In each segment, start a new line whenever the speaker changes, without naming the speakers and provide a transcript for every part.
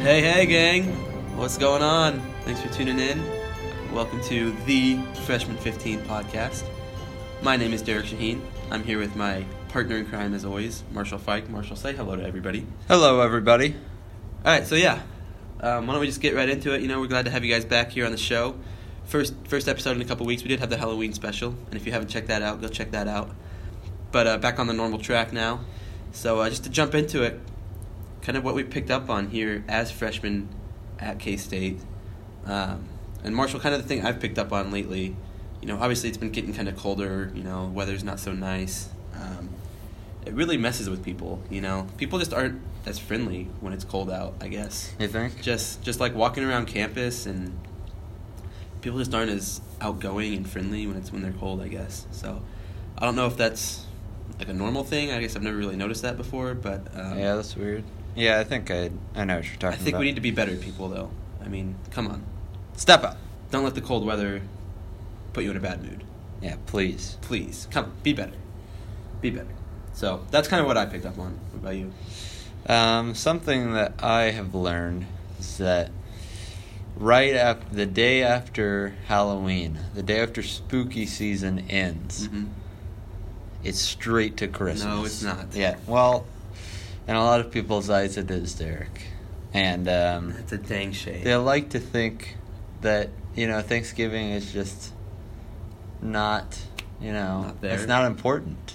Hey, hey, gang. What's going on? Thanks for tuning in. Welcome to the Freshman 15 podcast. My name is Derek Shaheen. I'm here with my partner in crime, as always, Marshall Fike. Marshall, say hello to everybody.
Hello, everybody.
All right, so yeah, um, why don't we just get right into it? You know, we're glad to have you guys back here on the show. First, first episode in a couple weeks. We did have the Halloween special, and if you haven't checked that out, go check that out. But uh, back on the normal track now. So uh, just to jump into it, kind of what we picked up on here as freshmen at K State, um, and Marshall, kind of the thing I've picked up on lately. You know, obviously it's been getting kind of colder. You know, weather's not so nice. Um, it really messes with people. You know, people just aren't as friendly when it's cold out. I guess
You think?
just just like walking around campus and people just aren't as outgoing and friendly when it's when they're cold i guess so i don't know if that's like a normal thing i guess i've never really noticed that before but um,
yeah, that's weird. Yeah, I think I I know what you're talking about.
i think we need to be better people though i mean come on
step up.
don't let the cold weather put you in a bad mood
Yeah, please.
please come be better be better so that's kind of what i picked up on what about you
Um, something that I have learned is that right after the day after Halloween, the day after spooky season ends,
Mhm.
it's straight to Christmas.
it's not.
Yeah. Well, in a lot of people's eyes, it is Derek, and um,
that's a dang shame
they like to think that you know Thanksgiving is just not you know
Not there.
it's not important.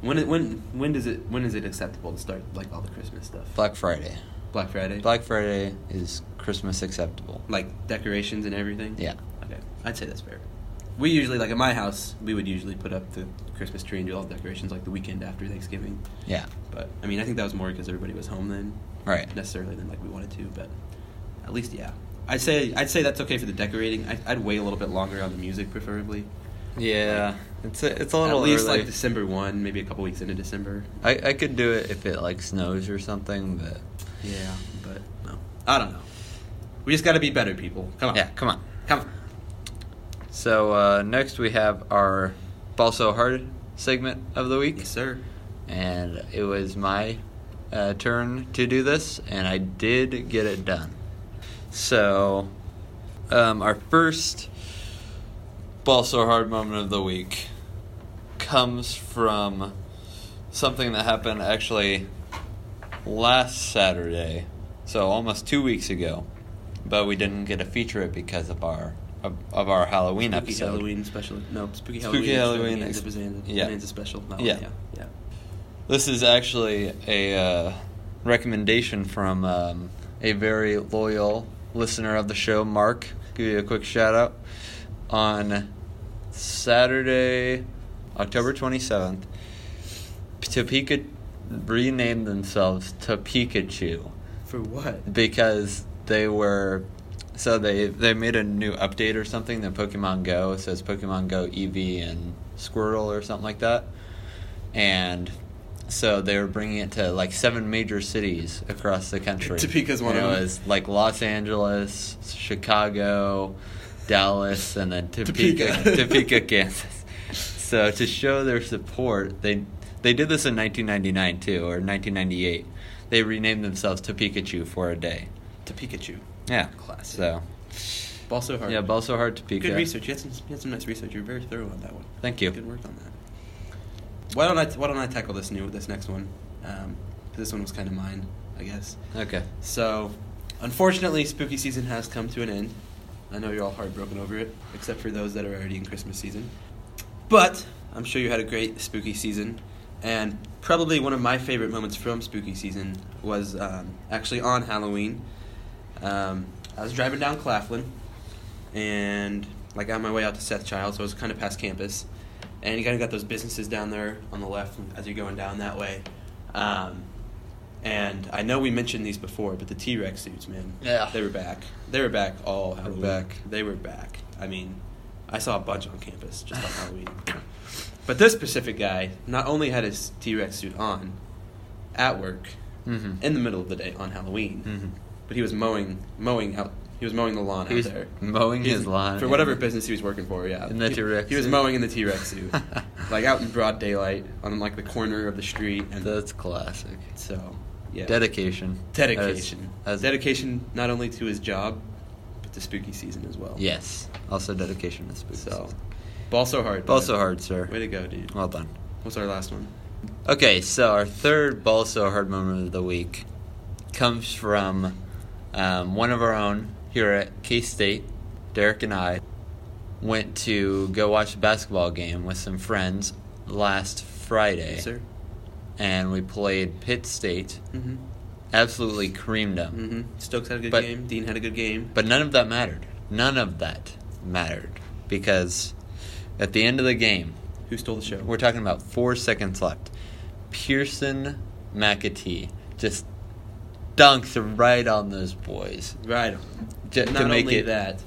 when it, when when does it when is it acceptable to start like all the christmas stuff
Black Friday.
black friday
Black Friday is Christmas acceptable.
like decorations and everything.
Yeah.
Okay, I'd say that's fair. We usually like at my house, we would usually put up the Christmas tree and do all the decorations like the weekend after Thanksgiving.
Yeah.
But I mean, I think that was more because everybody was home then,
Right.
necessarily than like we wanted to. But at least yeah, I'd say I'd say that's okay for the decorating. I, I'd wait a little bit longer on the music, preferably.
Yeah. It's a, it's a little
at least
early.
like December one, maybe a couple weeks into December.
I I could do it if it like snows or something, but
Yeah, but no, I don't know. We just got to be better people. Come on,
yeah, come on.
come on.
So uh, next we have our ball so hard segment of the week.
Yes, sir.
and it was my uh, turn to do this, and I did get it done. So, um, our first ball so hard moment of the week comes from something that happened actually last Saturday, so almost two weeks ago, but we didn't get to feature it because of our of, of our Halloween
Spooky
episode.
Halloween special. No, Spooky Halloween.
Spooky Halloween
Bonanza,
ex-
Bonanza,
yeah.
Bonanza special. That
Yeah.
One, yeah. Yeah.
This is actually a uh, recommendation from um, a very loyal listener of the show, Mark. Give you a quick shout out. On Saturday, October 27th, Topeka renamed themselves Topekachu
For what?
because they were so they they made a new update or something than Pokemon Go. It says Pokemon Go EV and Squirtle or something like that, and so they were bringing it to like seven major cities across the country.
Topeka's one
And
of
it
them.
was like Los Angeles, Chicago, Dallas, and then Topeka,
Topeka.
Topeka, Kansas. So to show their support, they they did this in 1999 too, or 1998. They renamed themselves to Pikachu for a day.
To Pikachu.
Yeah,
Classic.
So
Ball so hard.
yeah, ball so hard Topeka.
Good research. You had, some, you had some nice research. You're very thorough on that one.
Thank you.
Good work on that. Why don't I? Why don't I tackle this new? This next one. Um, 'cause this one was kind of mine, I guess.
Okay.
So, unfortunately, spooky season has come to an end. I know you're all heartbroken over it, except for those that are already in Christmas season. But I'm sure you had a great spooky season, and probably one of my favorite moments from spooky season was um, actually on Halloween. Um, I was driving down Claflin, and like on my way out to Seth Child, so I was kind of past campus, and you kind of got those businesses down there on the left as you're going down that way. Um, and I know we mentioned these before, but the T Rex suits, man.
Yeah.
They were back. They were back all Halloween.
back.
They were back. I mean, I saw a bunch on campus just on Halloween. But this specific guy not only had his T Rex suit on at work
Mm-hmm.
in the middle of the day on Halloween,
mm-hmm.
but he was mowing mowing out. He was mowing the lawn
He was
out there.
mowing
He was-
his lawn
for whatever
in-
business he was working for. Yeah,
in the
He-
T-Rex
He was
suit.
mowing in the T Rex suit, like out in broad daylight on like the corner of the street, and
That's classic.
so Yeah.
Dedication. That is-
Dedication.
that is-
dedication not only to his job, but to spooky season as well.
Yes. Also dedication to spooky
So,
season.
ball so hard.
Ball
bud.
so hard, sir.
Way to go, dude.
Well done.
What's our last one?
Okay, so our third ball so hard moment of the week comes from um, one of our own here at K State. Derek and I went to go watch a basketball game with some friends last Friday,
Sir.
and we played Pitt State.
Mm-hmm.
Absolutely creamed them,
Mm-hmm. Stokes had a good
But-
game. Dean had a good game.
but none of that mattered. None of that mattered because at the end of the game,
Who stole the show?
We're talking about four seconds left. Pearson McAtee just dunks right on those boys
right. on.
J-
not
to make
only
it
that.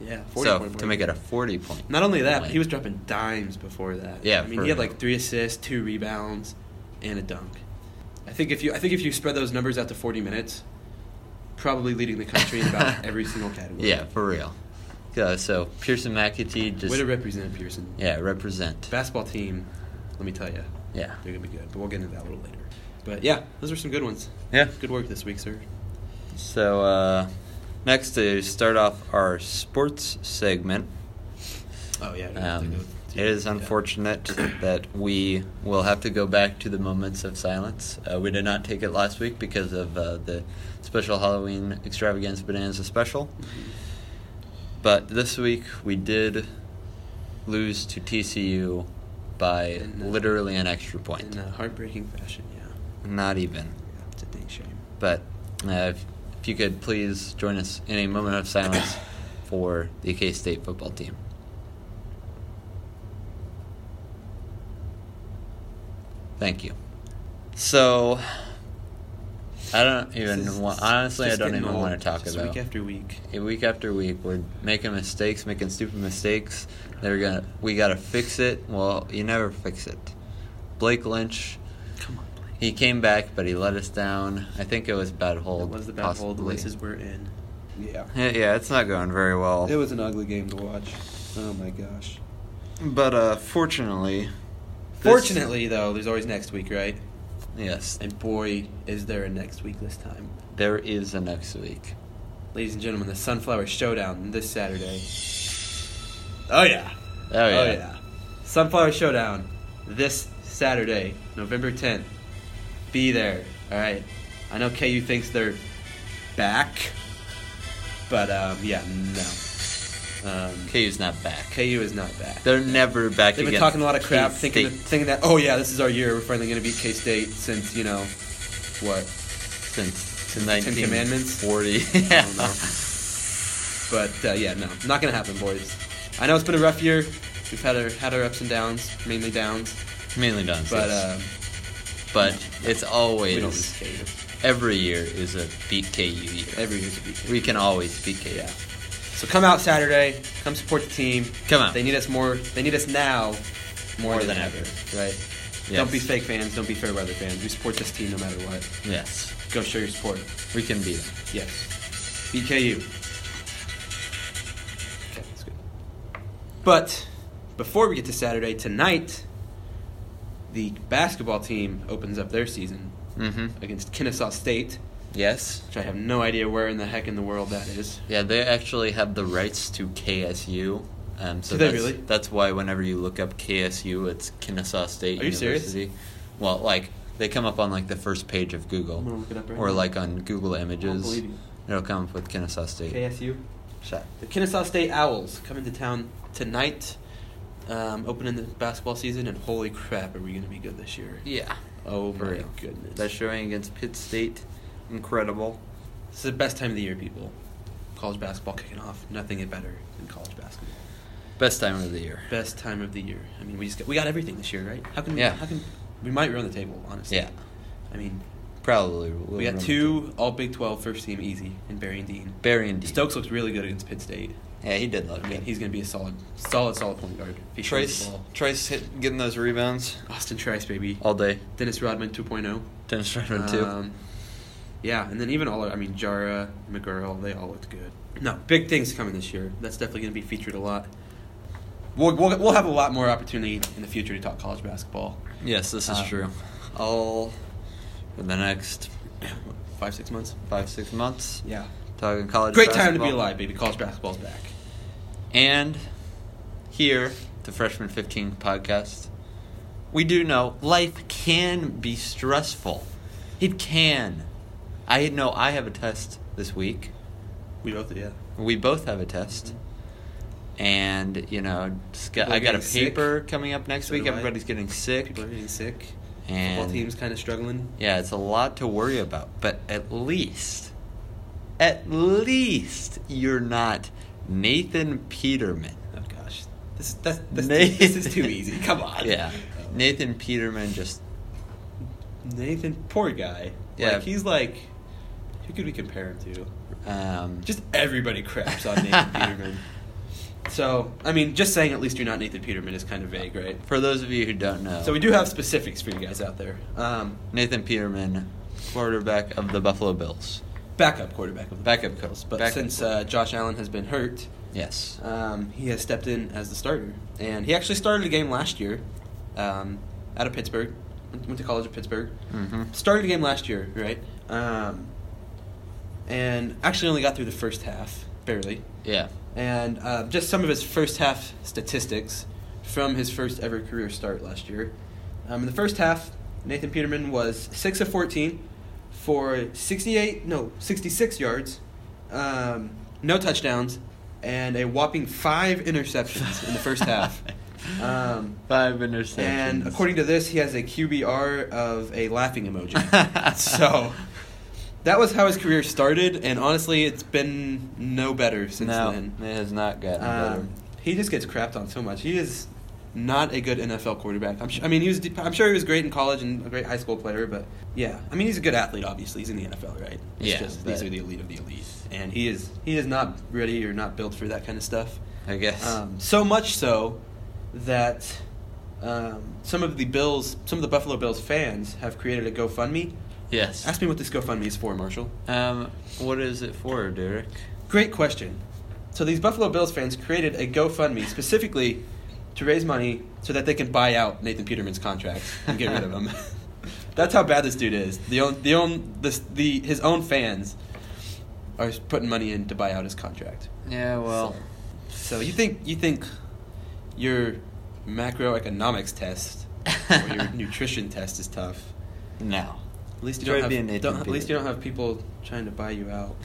Yeah. 40
so
point
to
break.
make it a forty point.
Not only that, but
win.
he was dropping dimes before that.
Yeah,
I mean,
for
he had
real.
like three assists, two rebounds, and a dunk. I think if you, I think if you spread those numbers out to forty minutes, probably leading the country in about every single category.
yeah for real. Go, so Pearson McAtee just
Way to represent Pearson.
yeah represent
Basketball team, let me tell you,
yeah
they're gonna be good. But we'll get into that a little later. But yeah, those are some good ones.
yeah.
Good work this week, sir.
So uh, next to start off our sports segment.
Oh yeah. we don't have to
Um,
go
it is unfortunate that we will have to go back to the moments of silence. Uh, we did not take it last week because of uh, the special Halloween extravaganza bonanza special. But this week we did lose to TCU by
In, uh,
literally an extra
Yeah.
point.
In a heartbreaking fashion, yeah.
Not even.
yeah it's a dang shame.
But uh, if, if you could please join us in a moment of silence for the K State football team. Thank you. So, I don't
This is-
even want,
this is
honestly, I
just
don't
getting
even
old,
want to talk
just
about
week after week.
it. Week after week, we're making mistakes, making stupid mistakes. They're gonna, we gotta fix it. Well, you never fix it. Blake Lynch
Come on, Blake.
he came back, but he let us down. I think it was bad hold.
It was the bad hole the
possibly.
laces were in. Yeah.
Yeah, yeah, it's not going very well.
It was an ugly game to watch. Oh my gosh.
but uh, fortunately, this-
Fortunately, though, there's always next week, right?
yes,
And boy, is there a next week this time.
there is a next week.
Ladies and gentlemen, the Sunflower Showdown this Saturday. Oh, yeah.
Oh yeah,
Sunflower Showdown this Saturday, November 10th. Be there, all right? I know KU thinks they're back, but um, yeah, no. Um,
KU's not back.
KU is not back.
They're never back.
They've been
against
talking a lot of crap,
K-State.
thinking, thinking that, oh yeah, this is our year. We're finally going to beat K State since, you know, what?
since,
the Ten Commandments?
Forty.
I don't know. But uh, yeah, no, not going to happen, boys. I know it's been a rough year. We've had our, had our ups and downs, mainly downs.
Mainly done.
But
yes.
uh,
but it's always
we don't lose KU.
every year is a beat KU year.
Every year's a beat.
we can always beat KU.
Yeah. So come out Saturday. Come support the team.
Come out.
They need us more. They need us now more,
More
than,
than
ever.
ever.
Right.
Yes.
Don't be fake fans. Don't be fair weather fans. We support this team no matter what.
Yes,
Go show your support.
we can beat them.
Yes. BKU. Okay, that's good. But before we get to Saturday tonight, the basketball team opens up their season
Mm-hmm.
against Kennesaw State,
Yes.
which I have no idea where in the heck in the world that is.
Yeah, they actually have the rights to KSU. Um, so
Do they
that's,
really?
That's why whenever you look up KSU, it's Kennesaw State
Are you serious?
University. Well, like they come up on like the first page of Google,
I'm gonna look it up right
or
now.
like on Google Images.
believe you.
It'll come up with Kennesaw State.
KSU.
Shut.
The Kennesaw State Owls coming to town tonight, um, opening the basketball season, and holy crap, are we going to be good this year?
Yeah.
Oh
For
my
real.
goodness.
That showing against Pitt State, incredible.
This is the best time of the year, people. College basketball kicking off. Nothing is better than college basketball.
Best time of the year.
Best time of the year. I mean, we just got, we got everything this year, right? How can we,
Yeah.
how can we might run the table, honestly.
Yeah.
I mean,
Probably.
we got two All Big 12 first team easy in Barry and Dean.
Barry and Dean.
Stokes looks really good against Pitt State.
Yeah, he did look
I mean,
good.
he's going to be a solid, solid, solid point guard. If he shoots the
Trice.
ball.
Trice hit, getting those rebounds
Austin Trice, baby.
all day.
Dennis Rodman oh. 2.0.
Dennis Rodman too.
Um, yeah, and then even all, I mean, Jara, McGurl, they all looked good. No, big things coming this year. That's definitely going to be featured a lot. We'll, we'll, we'll have a lot more opportunity in the future to talk college basketball.
Yes, this is
Um,
true. All uh, for the next
five, six months.
five, six months.
Yeah.
Talking college.
Great time to be
basketball.
alive, baby. College basketball's back.
And here, the Freshman 15 podcast, we do know life can be stressful. It can. I know I have a test this week.
We both, yeah.
We both have a test. And, you know, just got,
People are
I got a
getting sick.
paper coming up next
So
week.
do I.
Everybody's getting sick.
People are getting sick. Football
And-
team's kind of struggling.
Yeah, it's a lot to worry about, but at least, at least you're not Nathan Peterman.
Oh gosh, this that's, that's
Nathan-
this is too easy. Come on. Oh.
Yeah, Nathan Peterman just
Nathan, poor guy.
Yeah.
Like he's like, who could we compare him to?
um,
Just everybody craps on Nathan Peterman. So I mean, just saying at least you're not Nathan Peterman is kind of vague, right?
For those of you who don't know,
So we do have specifics for you guys out there. Um,
Nathan Peterman, quarterback of the Buffalo Bills.
backup quarterback of the
Backup
Bills,
quarterback.
but
Backup
since uh, Josh Allen has been hurt,
Yes,
um, he has stepped in as the starter, and he actually started a game last year, um, out of Pittsburgh. Went went to college at Pittsburgh.
Mhm.
Started a game last year, right? Um, and actually only got through the first half barely.
yeah,
And uh, just some of his first half statistics from his first ever career start last year. Um, in the first half, Nathan Peterman was 6 of 14 for 68, no, 66 yards, um, no touchdowns, and a whopping five interceptions in the first half. Um,
five interceptions.
and according to this, he has a QBR of a laughing emoji. so that was how his career started, and honestly, it's been no better since
no,
then.
it has not gotten better.
Um, he just gets crapped on so much. He is not a good NFL quarterback. I'm su- I mean, he was. I'm sure he was great in college and a great high school player, but yeah, I mean, he's a good athlete. Obviously, he's in the NFL, right? It's
Yeah,
just
but-
these are the elite of the elite, and he is he is not ready or not built for that kind of stuff.
I guess.
Um, so much so that um, some of the Bills, some of the Buffalo Bills fans have created a GoFundMe.
yes.
Ask me what this GoFundMe is for, Marshall.
Um, what is it for, Derek?
Great question. So these Buffalo Bills fans created a GoFundMe specifically to raise money so that they can buy out Nathan Peterman's contract and get rid of him. That's how bad this dude is. The own, the own, this, the his own fans are putting money in to buy out his contract.
Yeah, well,
So you think you think your macroeconomics test or your nutrition test is tough?
no.
At least you
Try
don't
to
have
be a Nathan
don't- at least you don't
Peterman.
have people trying to buy you out.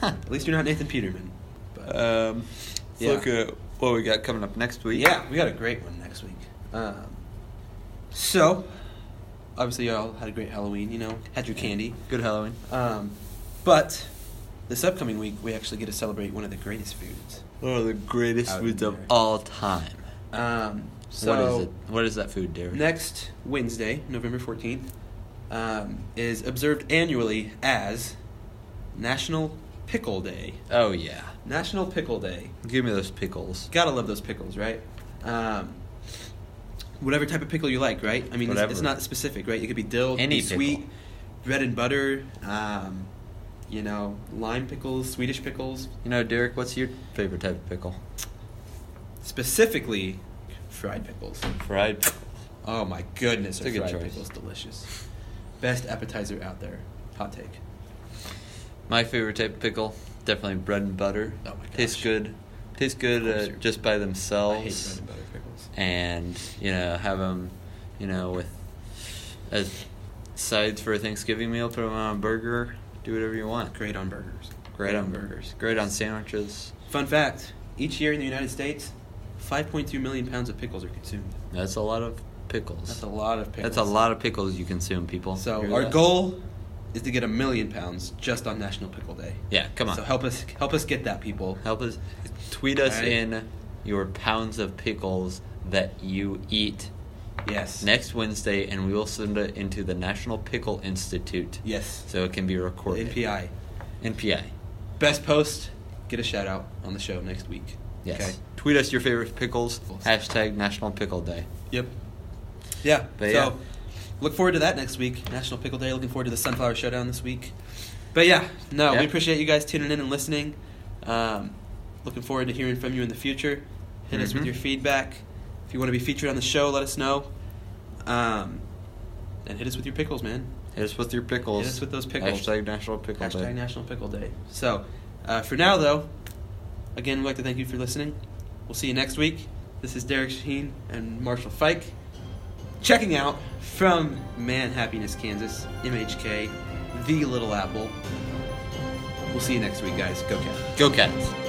At least you're not Nathan Peterman. But
Um, let's
Yeah.
look at what we got coming up next week.
yeah, we got a great one next week. Um, so obviously y'all had a great Halloween. You know, had your candy.
Good Halloween.
Um, but this upcoming week we actually get to celebrate one of the greatest foods.
One of the greatest
Out
foods of
there.
all time.
Um, so
what is it? What is that food, Derek?
Next Wednesday, November 14th, um, is observed annually as National Pickle Day.
Oh yeah.
National Pickle Day.
Give me those pickles.
Gotta love those pickles, right? Um, whatever type of pickle you like, right? I mean, it's, it's
Whatever.
not specific, right? It could be dill, it could
Any
be sweet,
pickle.
bread and butter, um, you know, lime pickles, Swedish pickles,
You know, Derek, what's your favorite type of pickle?
specifically fried pickles.
Fried pickles.
Oh my goodness,
It's a
a
good
fried
choice.
pickle's delicious. Best appetizer out there. Hot take.
My favorite type of pickle, definitely bread and butter.
Oh my gosh.
Tastes good. Tastes
Of course
good uh,
you're-
just by themselves.
I hate bread and butter pickles.
and you know have them you know with as sides for a thanksgiving meal put them on a burger do whatever you want
Great on burgers.
great on burgers great on sandwiches
Fun fact: Each year in the United States, 5.2 million pounds of pickles are consumed.
that's a lot of pickles
That's a lot of pickles.
That's a lot of pickles you consume people
So
Hear
our
that?
goal is to get a million pounds just on National Pickle Day.
yeah come on
So help us, help us get that, people.
help us tweet us
Alright.
in your pounds of pickles that you eat
Yes.
next wednesday and we will send it into the national pickle institute
Yes.
so it can be recorded
NPI.
npi
Best post. Get a shout out on the show next week.
Yes.
Okay.
Tweet us your favorite pickles.
Pickles.
Hashtag National Pickle Day.
Yep. Yeah.
But
so
yeah.
look forward to that next week. National Pickle Day. Looking forward to the Sunflower Showdown this week. But yeah, no,
Yeah.
we appreciate you guys tuning in and listening. Um, looking forward to hearing from you in the future. Hit us with
Mhm.
your feedback. If you want to be featured on the show, let us know. Um, and hit us with your pickles, man.
Hit us with your pickles.
Hit us with those pickles.
Hashtag National Pickle
Hashtag
Day.
National Pickle Day. So, uh, for now, though, again, we'd like to thank you for listening. We'll see you next week. This is Derek Shaheen and Marshall Fike checking out from Man Happiness, Kansas, MHK, The Little Apple. We'll see you next week, guys. Go Cats.
Go Cats.